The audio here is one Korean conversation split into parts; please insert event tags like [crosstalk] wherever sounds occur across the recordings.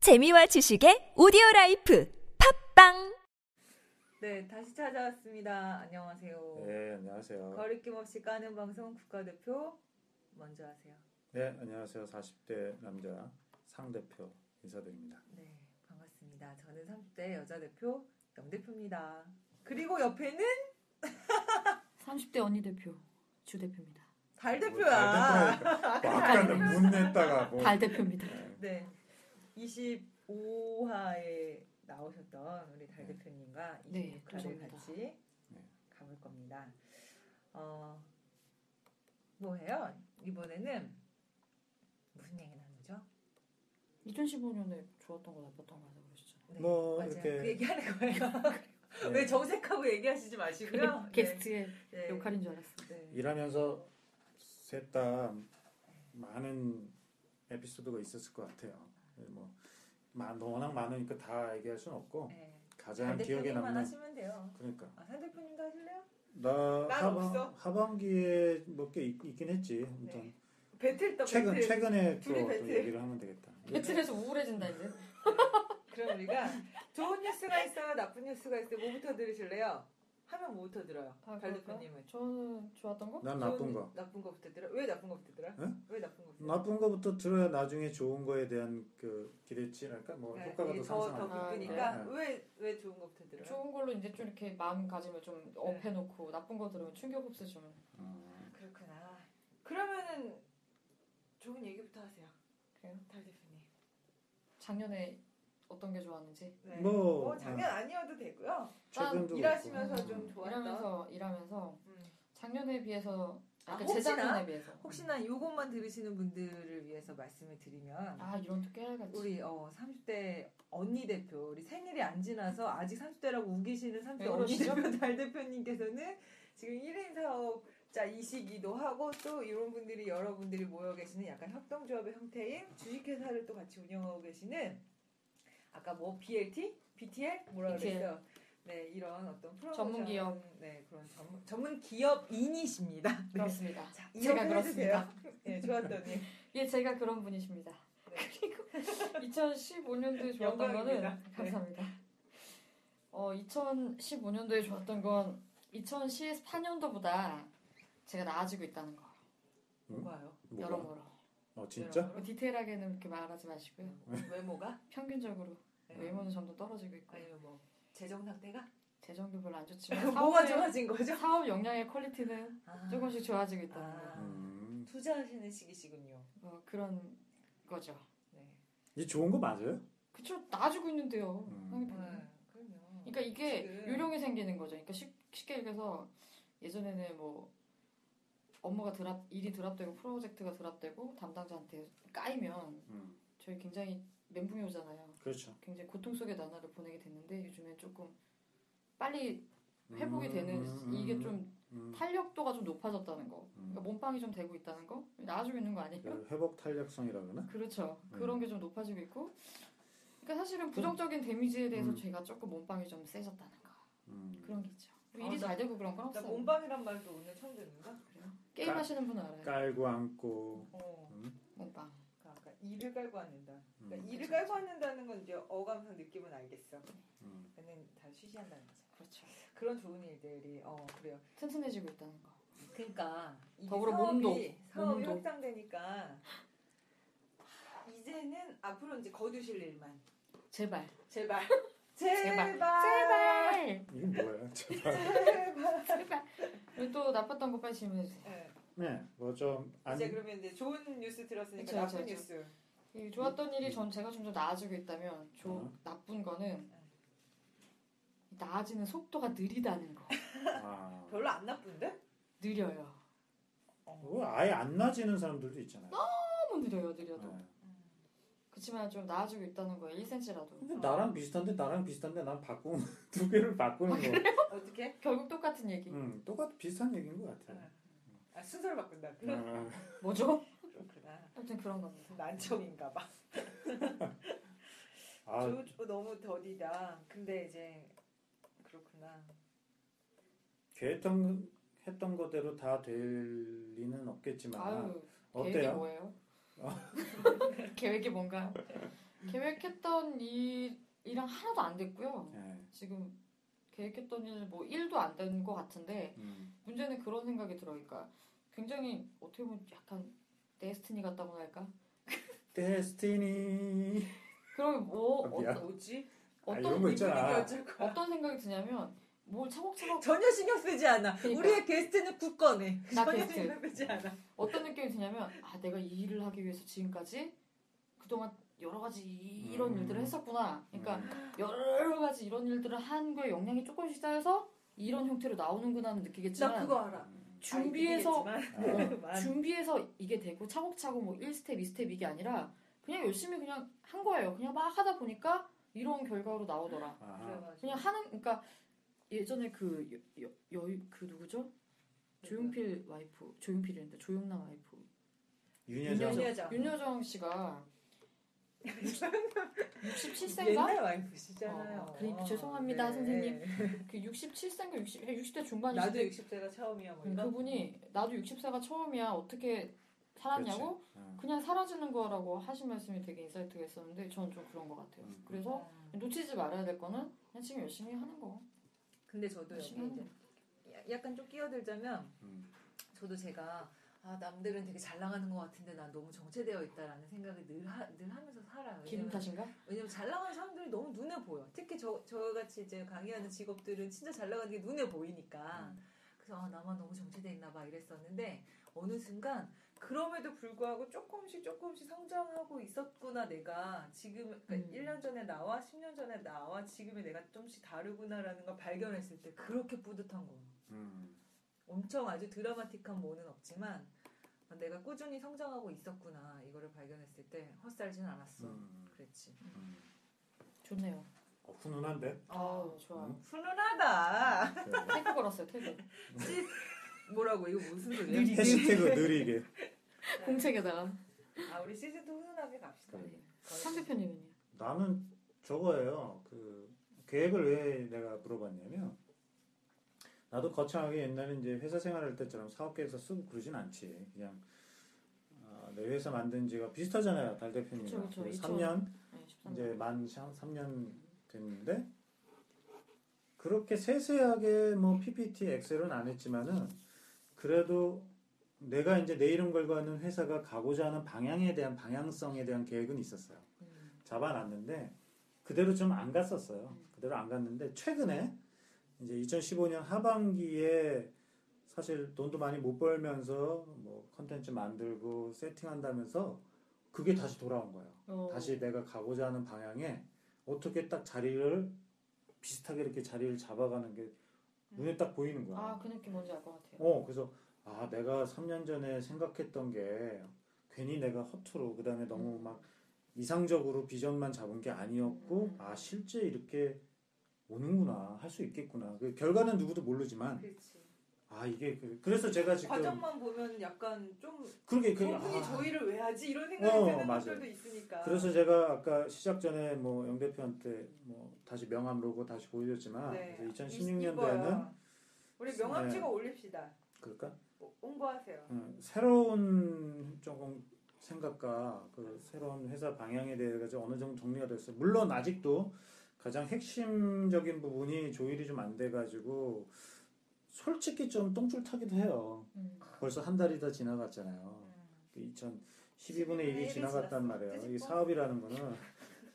재미와 지식의 오디오 라이프 팝빵 네, 다시 찾아왔습니다. 안녕하세요. 네, 안녕하세요. 거리낌 없이 까는 방송 국가대표 먼저 하세요. 네, 안녕하세요. 40대 남자 상 대표 인사드립니다. 네, 반갑습니다. 저는 30대 여자 대표 영 대표입니다. 그리고 옆에는 30대 언니 대표 주 대표입니다. 달 달 대표야. 뭐 아까는 문 냈다가 뭐. 달 대표입니다. 네, 네, 25화에 나오셨던 우리 달 대표님과 네, 26화를 감사합니다. 같이 네. 가볼 겁니다. 어, 뭐해요? 이번에는 무슨 얘기 나누죠? 2015년에 좋았던 거 나빴던 거 하자 그러셨잖아요. 네, 뭐, 맞아요. 이렇게- 그 얘기하는 거예요. 왜 정색하고 얘기하시지 마시고요. 게스트의 네, 네, 역할인 줄 알았어. 네. 일하면서 셋 다 많은 에피소드가 있었을 것 같아요. 네, 뭐 많- 워낙 많으니까 다 얘기할 순 없고 네. 가장 대 기억에 표만 남는 하시면 돼요. 그러니까 아, 산 대표님도 하실래요? 나 난 없어. 하반, 기에 몇 개 있긴 했지. 아무튼 네. 배틀 더 최근 배틀. 최근에 또, 둘이 또 배틀. 얘기를 하면 되겠다. 배틀에서 우울해진다 이제. 그럼 우리가 좋은 뉴스가 있어요, 나쁜 뉴스가 있어요. 뭐부터 들으실래요? 하면 뭐부터 들어요? 아, 달 그럴까요? 대표님은. 저는 좋았던 거? 난 아, 나쁜 좋은- 거. 나쁜 거부터 들어. 왜 나쁜 거부터 들어? 응? 왜 나쁜 거부터? 나쁜 거부터 들어야 나중에 좋은 거에 대한 그 기대치랄까 뭐 효과가 더 네, 더더 상승하고 아, 기쁘니까 네. 왜 왜 좋은 거부터 들어요? 좋은 걸로 이제 좀 이렇게 마음가짐을 좀 업해놓고 나쁜 거 들으면 충격 흡수 좀. 음, 그렇구나. 그러면은 좋은 얘기부터 하세요. 그래요? 달 대표님. 작년에 어떤 게 좋았는지. 네. 뭐, 뭐 작년 아니어도 되고요. 최근도 일하시면서 그렇고. 음, 좀 좋았던. 일하면서 일하면서 음. 작년에 비해서 아, 아, 그러니까 혹시나? 재작년에 비해서. 혹시나 이것만 들으시는 분들을 위해서 말씀을 드리면 아 이런 또 깨알같이. 우리 어 30대 언니 대표 우리 생일이 안 지나서 아직 30대라고 우기시는 30대 왜 언니 그러시죠? 대표 [laughs] 달 대표님께서는 지금 1인 사업자이시기도 하고 또 이런 분들이 여러분들이 모여 계시는 약간 협동조합의 형태인 주식회사를 또 같이 운영하고 계시는 아까 뭐 BLT, BTL 뭐라 BTL. 그랬어요? 네 이런 어떤 프로모션 전문 기업. 네 그런 전문, 전문 기업인이십니다. 네. 그렇습니다. 자, 제가 이해를 해주세요. 그렇습니다. [laughs] 네 좋았더니 예, 제가 그런 분이십니다. 그리고 2015년도에 좋았던 네. 영광입니다. 네. 거는 감사합니다. 어, 2015년도에 좋았던 건 2014년도보다 제가 나아지고 있다는 거. 뭐가요? 뭐가? 여러모로. 어 진짜? 뭐 디테일하게는 이렇게 말하지 마시고요. 외모가 평균적으로 네. 외모는 점점 떨어지고 있고 아니면 뭐 재정 상태가 재정도 별로 안 좋지만 [laughs] 뭐가 사업의- 좋아진 거죠? 사업 역량의 퀄리티는 아, 조금씩 좋아지고 있다는 거. 아. 음. [laughs] 투자하시는 시기시군요. 뭐 그런 거죠. 네. 이 좋은 거 맞아요? 그쵸, 나아지고 있는데요. 음. 상대편은. 네, 그럼요. 그러니까 이게 지금. 요령이 생기는 거죠. 그러니까 쉽, 쉽게 얘기해서 예전에는 뭐 업무가 드랍 일이 드랍되고 프로젝트가 드랍되고 담당자한테 까이면 음. 저희 굉장히 멘붕이 오잖아요. 그렇죠. 굉장히 고통 속의 나날을 보내게 됐는데 요즘엔 조금 빨리 회복이 되는 이게 좀 음, 탄력도가 좀 높아졌다는 거. 음. 그러니까 몸빵이 좀 되고 있다는 거. 나아지고 있는 거 아니에요? 그 회복 탄력성이라 그러나? 그렇죠. 음. 그런 게 좀 높아지고 있고. 그러니까 사실은 부정적인 데미지에 대해서 음. 제가 조금 몸빵이 좀 세졌다는 거. 음. 그런 게 있죠. 뭐 아, 일이 나- 잘 되고 그런 건 나 없어요. 몸빵이란 말도 오늘 처음 듣는가? 그래요? 게임 하시는 분은 알아요. 그러니까. 깔고 앉고 어, 음? 몸빵. 그러니까 아까 이를 깔고 앉는다. 그러니까 음. 이를 깔고 앉는다는 건 이제 어감상 느낌은 알겠어. 음. 그는 다 쉬쉬한다는 거죠. 그렇죠. 그런 좋은 일들이 어 그래요. 튼튼해지고 있다는 거. 그러니까 이게 더불어 사업이, 몸도, 사업이 몸도. 확장되니까 이제는 앞으로 이제 거두실 일만 제발. 제발 [laughs] 제발. 아! [laughs] 제발 이게 뭐야? [laughs] 제발. 제발. 제발. 그리고 또 나빴던 거 빨리 질문해 주세요. 예, 네, 뭐좀 이제 그러면 이제 좋은 뉴스 들었으니까 그쵸, 나쁜 그쵸, 뉴스 이 좋았던 일이 전 제가 점점 나아지고 있다면 좋 어? 음. 나쁜 거는 나아지는 속도가 느리다는 거. 아, [laughs] 별로 안 나쁜데? 느려요. 그거 뭐 아예 안 나지는 사람들도 있잖아요. 너무 느려요, 느려도. 어. 네. 그렇지만 좀 나아지고 있다는 거예요. 1cm라도. 네. 근데 나랑 비슷한데 나랑 비슷한데 난 바꾸는 [laughs] 두 개를 바꾸는 거. 네. 어떻게? 결국 똑같은 얘기. 음, 똑같 비슷한 얘기인 것 같아요. 아, 순서를 바꾼다 네. 아. 뭐죠? 그렇구나 아무튼 그런 겁니다. 난청인가봐 [laughs] 아, 너무 더디다 근데 이제 그렇구나 계획했던 했던 거대로 다 될 리는 없겠지만 아유, 계획이 [laughs] 어때요? 뭐예요? 계획이 뭔가 계획했던 일이랑 하나도 안 됐고요. 예. 지금 계획했던 일 뭐 일도 안 된 것 같은데 음. 문제는 그런 생각이 들어니까 굉장히 어떻게 보면 약간 데스티니 같다고 할까? 데스티니. 그럼 뭐 아, 미안. 어떤 뭐지? 아, 어떤 이런 거 있잖아. 어쩔 거야. 어떤 생각이 드냐면 뭘 [laughs] 차곡차곡 전혀 신경 쓰지 않아. 그러니까. 우리의 게스트는 굳건해. 나 전혀 게스트. 신경 쓰지 않아. 어떤 느낌이 드냐면 아 내가 이 일을 하기 위해서 지금까지 그동안 여러 가지 이- 이런 음. 일들을 했었구나. 그러니까 음. 여러 가지 이런 일들을 한 거에 영향이 조금씩 쌓여서 이런 형태로 나오는구나는 나 느끼겠지만 그거 알아. 준비해서 음, 네. 아이들이겠지만. 아, 준비해서 이게 되고 차곡차곡 뭐 1스텝, 2스텝 이게 아니라 그냥 열심히 그냥 한 거예요. 그냥 막 하다 보니까 이런 결과로 나오더라. 아하. 그래가지고. 그냥 하는 그러니까 예전에 그 여 여 그 누구죠? 조용필 와이프, 조용필이었는데 조용남 와이프. 윤여정. 윤여정. 윤여정 [laughs] 씨가 67세인가? 옛날 와이프시잖아요. 네. 어, 그러니까 죄송합니다, 선생님. 그 67세인가 60, 60대 중반이신데 나도 60대가 처음이야. 뭐 음, 이런. 그분이 나도 60세가 처음이야 어떻게 살았냐고 어. 그냥 사라지는 거라고 하신 말씀이 되게 인사이트가 있었는데 저는 좀 그런 것 같아요 음. 그래서 아. 놓치지 말아야 될 거는 그냥 지금 열심히 하는 거 근데 저도 여기 열심히 이제 야- 약간 좀 끼어들자면 음. 저도 제가 아, 남들은 되게 잘 나가는 것 같은데 난 너무 정체되어 있다라는 생각을 늘, 하, 늘 하면서 살아요. 기분 왜냐면 탓인가? 왜냐면 잘 나가는 사람들이 너무 눈에 보여. 특히 저, 저같이 이제 강의하는 직업들은 진짜 잘 나가는 게 눈에 보이니까. 그래서 아, 나만 너무 정체돼 있나 봐 이랬었는데 어느 순간 그럼에도 불구하고 조금씩 조금씩 성장하고 있었구나 내가 지금 그러니까 음. 1년 전에 나와 10년 전에 나와 지금의 내가 좀씩 다르구나라는 걸 발견했을 때 그렇게 뿌듯한 거예요. 음. 엄청 아주 드라마틱한 뭐는 없지만 아, 내가 꾸준히 성장하고 있었구나 이거를 발견했을 때 헛살진 않았어. 음. 그랬지. 음. 좋네요 어, 훈훈한데? 음? 네. 아우 좋아요 훈훈하다. 그래요. 태그 걸었어요 태그 씨, 뭐라고 이거 무슨 소리야? [laughs] 해시태그 느리게. 공책에다가 아 우리 시즌 2 훈훈하게 갑시다. 그래. 네. 상대편님은요? 나는 저거예요. 그 계획을 왜 내가 물어봤냐면 나도 거창하게 옛날에 이제 회사 생활할 때처럼 사업 계획서 쓰고 그러진 않지. 그냥 아, 내 회사 만든 지가 비슷하잖아요. 달 대표님. 그쵸, 그쵸. 3년 네, 이제 13번 만 3년 됐는데 그렇게 세세하게 뭐 PPT 엑셀은 안 했지만은 그래도 내가 이제 내 이름 걸고 하는 회사가 가고자 하는 방향에 대한 방향성에 대한 계획은 있었어요. 음. 잡아놨는데 그대로 좀 안 갔었어요. 음. 그대로 안 갔는데 최근에 이제 2015년 하반기에 사실 돈도 많이 못 벌면서 뭐 컨텐츠 만들고 세팅한다면서 그게 다시 돌아온 거예요. 어, 다시 내가 가고자 하는 방향에 어떻게 딱 자리를 비슷하게 이렇게 자리를 잡아가는 게 눈에 딱 보이는 거야. 음. 아그 느낌 뭔지 알 것 같아요 어, 그래서 아, 내가 3년 전에 생각했던 게 괜히 내가 허투루 그다음에 너무 막 이상적으로 비전만 잡은 게 아니었고 음. 아, 실제 이렇게 오는구나. 할 수 있겠구나. 그 결과는 누구도 모르지만 그렇지. 아, 이게 그, 그래서 제가 지금 과정만 보면 약간 좀 그러게 그 저분이 아, 저희를 왜 하지 이런 생각이 어, 드는 맞아요. 분들도 있으니까. 그래서 제가 아까 시작 전에 뭐 영 대표한테 뭐 다시 명함 로고 다시 보여줬지만 네. 그래서 이뻐요. 2016년도에는 우리 명함 네. 찍어 올립시다. 그럴까? 오- 홍보하세요. 음, 새로운 조금 생각과 그 새로운 회사 방향에 대해서 어느 정도 정리가 됐어요. 물론 아직도 가장 핵심적인 부분이 조율이 좀 안 돼가지고 솔직히 좀 똥줄 타기도 해요. 음. 벌써 한 달이 다 지나갔잖아요. 음. 2012분의 1이 지났어. 네, 지나갔단 말이에요. 뒤집어. 이 사업이라는 거는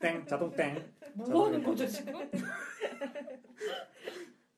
땡 자동 땡 뭐 하는 거죠 지금?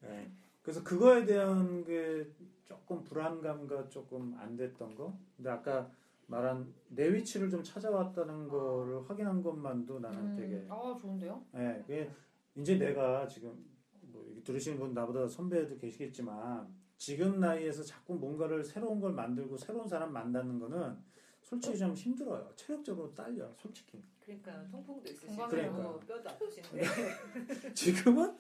예. 그래서 그거에 대한 게 조금 불안감과 조금 안 됐던 거. 근데 아까 말한 내 위치를 좀 찾아왔다는 거를 확인한 것만도 나는 되게 아 좋은데요? 예. 그게 이제 내가 지금 뭐 이렇게 들으시는 분 나보다 선배도 계시겠지만 지금 나이에서 자꾸 뭔가를 새로운 걸 만들고 새로운 사람 만나는 거는 솔직히 좀 힘들어요. 체력적으로 딸려. 솔직히. [laughs] 그러니까 통풍도 있으시고 뭐 건강해요. 그러니까요. 뼈도 [laughs] 아프신데. 지금은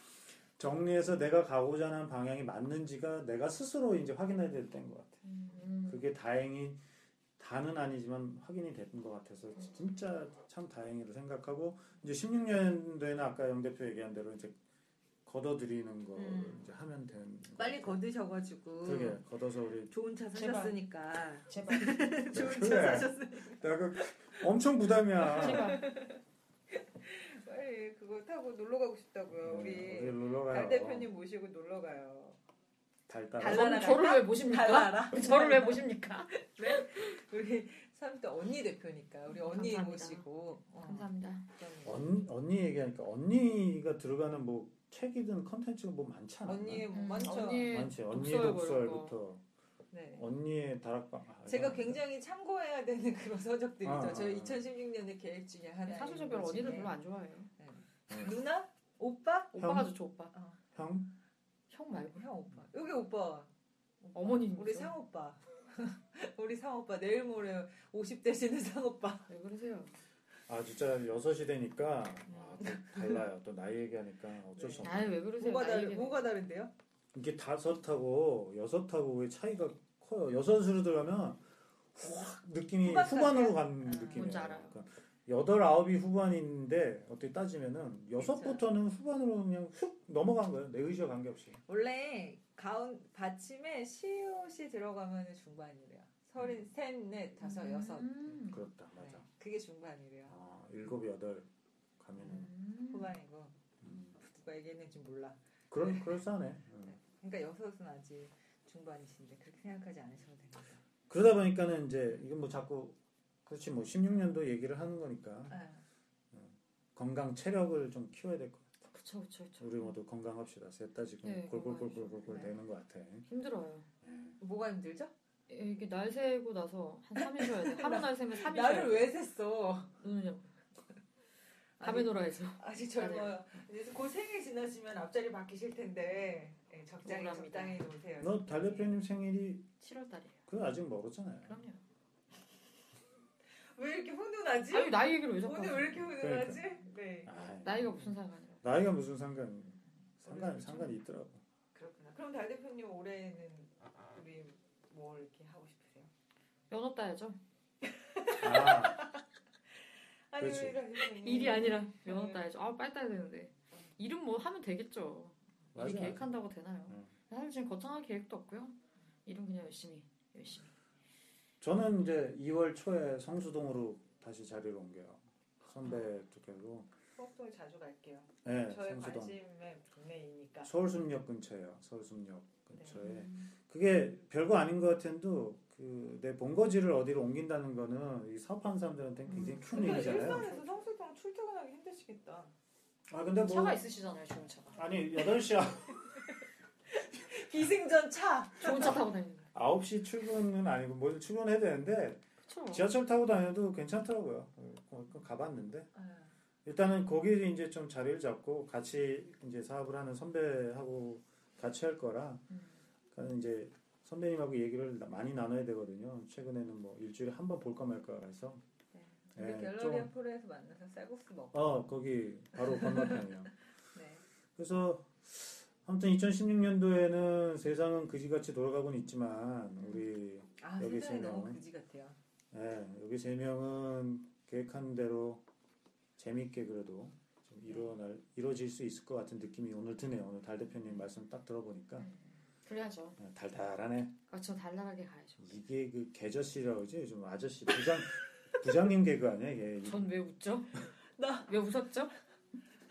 정리해서 내가 가고자 하는 방향이 맞는지가 내가 스스로 이제 확인해야 될 때인 것 같아. 음. 그게 다행히 다는 아니지만 확인이 된 것 같아서 진짜 참 다행이라고 생각하고 이제 16년도에는 아까 영 대표 얘기한 대로 이제 걷어들이는 거 음. 이제 하면 되는 거 빨리 같아요. 거드셔가지고 그러게 걷어서 [laughs] 우리 좋은 차 제발. 사셨으니까 제발 좋은 차 네, 그래. 사셨으니까 내가 엄청 부담이야 제발 그거 타고 놀러 가고 음, 싶다고요. 어디 [laughs] 우리 놀러 가요. 어, 달 대표님 모시고 놀러 가요. 달 따라. 달라. 달나라 저를, 저를 갈까? 왜 모십니까? 달나라? 그러니까? 저를 왜 모십니까? [laughs] 우리 삼대 언니 대표니까 우리 언니 감사합니다. 모시고. 어, 감사합니다. 그럼요. 언, 언니 얘기하니까 언니가 들어가는 뭐 책이든 컨텐츠가 뭐 많잖아. 언니의 음, 먼저. 언니의 많지. 언니의 독설 독설부터 네. 언니의 다락방. 아, 제가 이거 굉장히 참고해야 되는 [laughs] 그런 서적들이죠. 아, 저희 아, 아. 2016년의 계획 중에 하나. 네, 사수저별 언니들 네. 별로 안 좋아해요. 어. 누나? 오빠? 오빠가 좋죠 오빠. 어, 형 형 말고 형 오빠. 여기 오빠. 오빠. 어머님. 우리 상 오빠. [laughs] 우리 상 오빠 내일 모레 50대 시는 상 오빠. 왜 그러세요? 아 진짜 6시 되니까 아, 또 달라요. 또 나이 얘기하니까 어쩔 수 네. 없어. 아유 왜 그러세요? 뭐가 다른 나에게는. 뭐가 다른데요? 이게 다섯하고 여섯하고 의 차이가 커요. 여섯으로 들어가면 확 느낌이 후반 후반으로 간 아, 느낌이에요. 뭔지 알아요. 그러니까 여덟 아홉이 후반인데 어떻게 따지면은 여섯부터는 후반으로 그냥 휙 넘어간 거예요. 내 의지와 관계없이. 원래 가운 받침에 시옷이 들어가면 중반이래요. 서른 셋, 넷, 다섯, 음. 여섯. 음. 그렇다 네, 맞아. 그게 중반이래요. 아, 일곱 여덟 가면은 후반이고 음. 누가 얘기했는지 몰라. 그런 그럴싸하네. 음. 그러니까 여섯은 아직 중반이신데 그렇게 생각하지 않으셔도 됩니다. 그러다 보니까는 이제 이건 뭐 자꾸 그렇지 뭐 16년도 얘기를 하는 음. 거니까 아, 건강 체력을 좀 키워야 될 것 같아. 그쵸 그쵸 그쵸. 우리 모두 건강합시다. 셋다 지금 그렇죠. 네, 골골골골골골 건강합시다. 되는 것 같아. 힘들어요. 뭐가 힘들죠? 이게 날 세고 나서 한 3일 쉬어야 돼. 하루 날 세면 3일 나를 쉬어야 돼. 왜 샜어? 눈을 밤에 아니, 놀아야죠. 아직 젊어요. 이제 곧 생일 지나시면 앞자리 바뀌실 텐데 예, 적당히 우울합니다. 적당히 놓으세요. 너 달 대표님 생일이 7월 달이에요. 그 아직 멀었잖아요. 그럼요. 왜 이렇게 훈훈하지? 아유 나이 얘기를 왜 자꾸 오늘 하세요? 왜 이렇게 훈훈하지? 그러니까. 네. 아이, 예. 나이가 무슨 상관이에요? 나이가 무슨 상관? 상관 상관이 [laughs] 있더라고. 그렇구나. 그럼 달 대표님 올해는 아, 우리 뭘 이렇게 하고 싶으세요? 연어 따야죠. 음. 아, 아니 그렇지. 우리 달 대표님 일이 아니라 연어 네. 따야죠. 아 빨리 따야 되는데 일은 뭐 하면 되겠죠. 맞아. 미리 계획한다고 되나요? 음. 사실 지금 거창한 계획도 없고요. 일은 그냥 열심히 열심히. 저는 이제 2월 초에 성수동으로 다시 자리를 옮겨요. 아. 선배 쪽으로. 수업도 자주 갈게요. 네, 저의 성수동. 관심의 동네이니까. 서울숲역 근처예요. 서울숲역 근처에. 음. 그게 별거 아닌 것 같은데도 그 내 본거지를 어디로 옮긴다는 거는 이 사업하는 사람들한테 음. 굉장히 큰 그러니까 얘기잖아요. 일산에서 성수동 출퇴근하기 힘드시겠다. 아 근데 뭐 차가 있으시잖아요, 좋은 차가. 아니 8시 기승전 차. 좋은 차 타고 다니는 [laughs] 거. 9시 출근은 아니고 뭐 출근해야 되는데 그렇죠. 뭐. 지하철 타고 다녀도 괜찮더라고요. 어, 그 가봤는데 네. 일단은 거기 이제 좀 자리를 잡고 같이 이제 사업을 하는 선배하고 같이 할 거라 음, 그러니까 이제 선배님하고 얘기를 나- 많이 나눠야 되거든요. 최근에는 뭐 일주일에 한 번 볼까 말까 해서 네. 예, 우리 갤러리 좀- 엠포레에서 만나서 쌀국수 먹고. 어 거기 바로 건너편이요. 네. 그래서 아무튼 2016년도에는 세상은 그지같이 돌아가고는 있지만 우리 아 여기 세상이 너무 있으면. 그지 같아요. 예, 여기 세 명은 계획한 대로 재밌게 그래도 좀 이뤄날 이뤄질 수 있을 것 같은 느낌이 오늘 드네요. 오늘 달 대표님 말씀 딱 들어보니까 그래야죠. 예, 달달하네. 그렇죠. 달달하게 가야죠. 이게 그 개저씨라고 그러지 요즘 아저씨 [laughs] 부장 부장님 개그 아니야 이게 전 왜 웃죠? [laughs] 나- 왜 웃었죠? [laughs]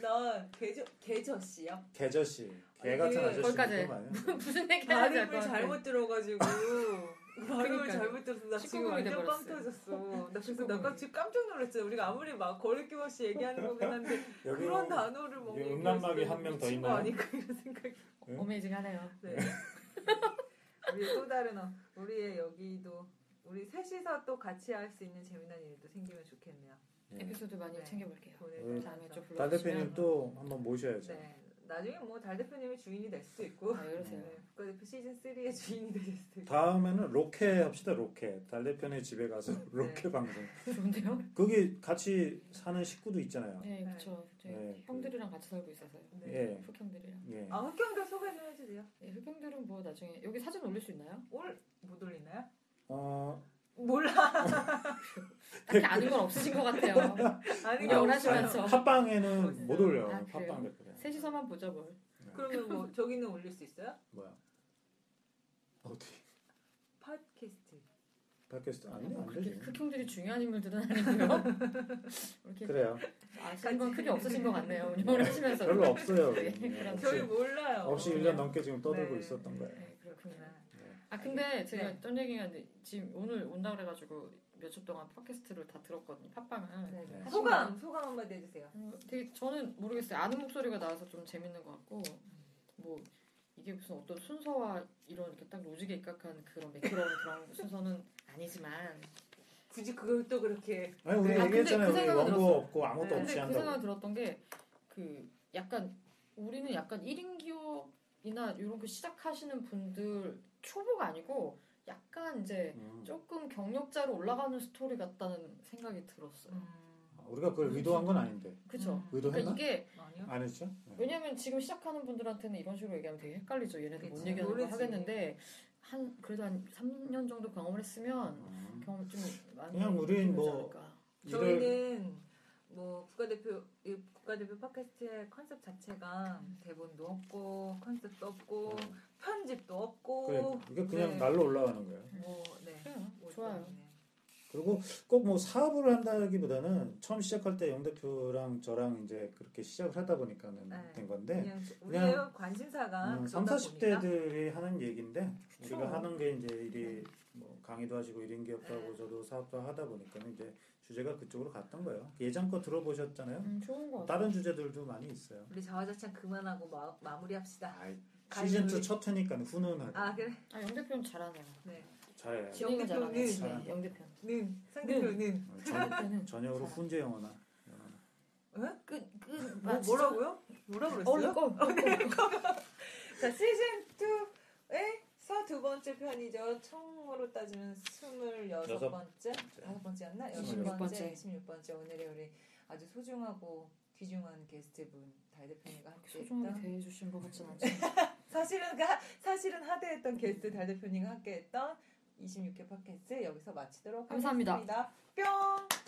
나 개저 개저씨요. 개저씨 개 아니, 같은 그- 아저씨 거기까지. 그런 거 아니야? 무슨 얘기 하는지 발음을 알것 같아요. 잘못 들어가지고 발음을 [laughs] 그러니까요. 잘못 들어서 나 지금 식구금이 완전 빵 돼버렸어요. 터졌어. 나 지금 식구금이. 나 깜- 지금 깜짝 놀랐어요. 우리가 아무리 막 거리낌 없이 얘기하는 거긴 한데 [laughs] 여기 그런 단어를 뭐 여기 음란막이 한명더 있나요? 아니까 이런 생각이. 예? 어메이징하네요. 네. [laughs] 우리 또 다른 어, 우리의 여기도 우리 셋이서 또 같이 할 수 있는 재미난 일도 생기면 좋겠네요. 예. 에피소드 많이 네. 챙겨볼게요. 네. 오늘 다음에 좀 불러주시면. 달 대표님 또 한번 모셔야죠. 네. 나중에 뭐 달 대표님이 주인이 될 수도 있고. 아, 이러세요. 네. 국가대표 시즌 3의 주인이 되실 수도 있고. 다음에는 로켓 합시다 로켓 달 대표님 집에 가서 네. 로켓 방송 [laughs] 좋은데요? 거기 같이 사는 식구도 있잖아요 네, 그렇죠. 저희 네, 형들이랑 같이 살고 있어서요. 네. 예, 흑형들이랑. 예. 아, 흑경도 소개 좀 해주세요. 네, 흑형들은 뭐 나중에 여기 사진 올릴 수 있나요? 올 못 올리나요? 어, 몰라. 딱히 아는 건 없으신 것 [laughs] 같아요. 아는 게 우리 없어요. 원하시면서 팟빵에는 못 올려 아, 그래요? 팟빵 댓글에 셋이서만 보자 뭘. 그러면 뭐 저기는 올릴 수 있어요? 뭐야 어디 팟캐스트. 팟캐스트 아니 뭐 안 그렇게 되죠. 흑형들이 중요한 인물들은 [laughs] 아니고요. 이렇게 그래요. 아시는 건 크게 없으신 것 같네요. 운영을 하시면서 별로 없어요. 네, 우리는. 그럼 없이, 저희 몰라요. 없이 그래요? 1년 넘게 지금 떠들고 네. 있었던 거예요. 네, 그렇군요. 네. 아 근데 제가 네. 어떤 얘기가 있는데 지금 오늘 온다 그래가지고 몇 주 동안 팟캐스트를 다 들었거든요. 팟빵을. 네. 네. 소감 소감 한마디 해주세요. 어, 되게 저는 모르겠어요. 아는 목소리가 나와서 좀 재밌는 것 같고 뭐 이게 무슨 어떤 순서와 이런 이렇게 딱 로직에 입각한 그런 매끄러운 그런 순서는 아니지만 굳이 그걸 또 그렇게 아니 우리 아, 근데 얘기했잖아요. 그 우리 생각은 원고 들었어요. 없고 아무것도 네. 없이 근데 그 생각을 한다고. 들었던 게 그 약간 우리는 약간 1인 기업이나 이런 거 시작하시는 분들 초보가 아니고 약간 이제 음. 조금 경력자로 올라가는 스토리 같다는 생각이 들었어요. 아, 우리가 그걸 의도한 건 아닌데. 그쵸? 음. 그러니까 의도했나? 이게 아니요. 안 했죠? 네. 왜냐면 지금 시작하는 분들한테는 이런 식으로 얘기하면 되게 헷갈리죠. 얘네들 뭔 그치, 얘기하는 걸 모르지. 하겠는데 한 그래도 한 3년 정도 경험을 했으면 음. 경험 좀 많이 그냥 우린 되지 뭐 않을까. 일을 저희는 뭐 국가대표 이 국가대표 팟캐스트의 컨셉 자체가 대본도 없고 컨셉도 뭐 없고 편집도 없고 어. 그래, 이게 그냥 네. 날로 올라가는 거예요. 뭐네 그래요. 뭐 좋아요. 때문에. 그리고 꼭 뭐 사업을 한다기보다는 처음 시작할 때 영 대표랑 저랑 이제 그렇게 시작을 하다 보니까는 네. 된 건데 그냥 우리의 관심사가 음, 그러다 3, 40대들이 하는 얘기인데 그쵸. 우리가 하는 게 이제 일이 네. 뭐 강의도 하시고 일인 기업도 하고 저도 사업도 하다 보니까 이제 주제가 그쪽으로 갔던 거예요. 예전 거 들어보셨잖아요. 음, 좋은 거 같아요. 다른 주제들도 많이 있어요. 우리 자화자찬 그만하고 마, 마무리합시다. 아이, 가요. 시즌 2 첫 회니까 훈훈하게 아 그래. 아, 영 대표는 잘하네요. 네. 잘해. 요 진행을 잘하네. 네, 잘하네. 영 대표. 는 상대표는 대표는 어, 저녁으로 자. 훈제 영어나 끝끝 뭐, 뭐라고요? 뭐라 얼른 그랬어요? 꺼. 자 시즌 2에서 두 번째 편이죠. 총으로 따지면 26번째, 다섯 번째였나? 26 번째. 26번째, 26번째. 오늘의 우리 아주 소중하고 귀중한 게스트분 달 대표님과 함께 소중하게 했던 대해주신 것 같진 않죠. 사실은 가- 사실은 하대했던 게스트 달 대표님과 함께 했던 26회 팟캐스트 여기서 마치도록 감사합니다. 하겠습니다. 뿅.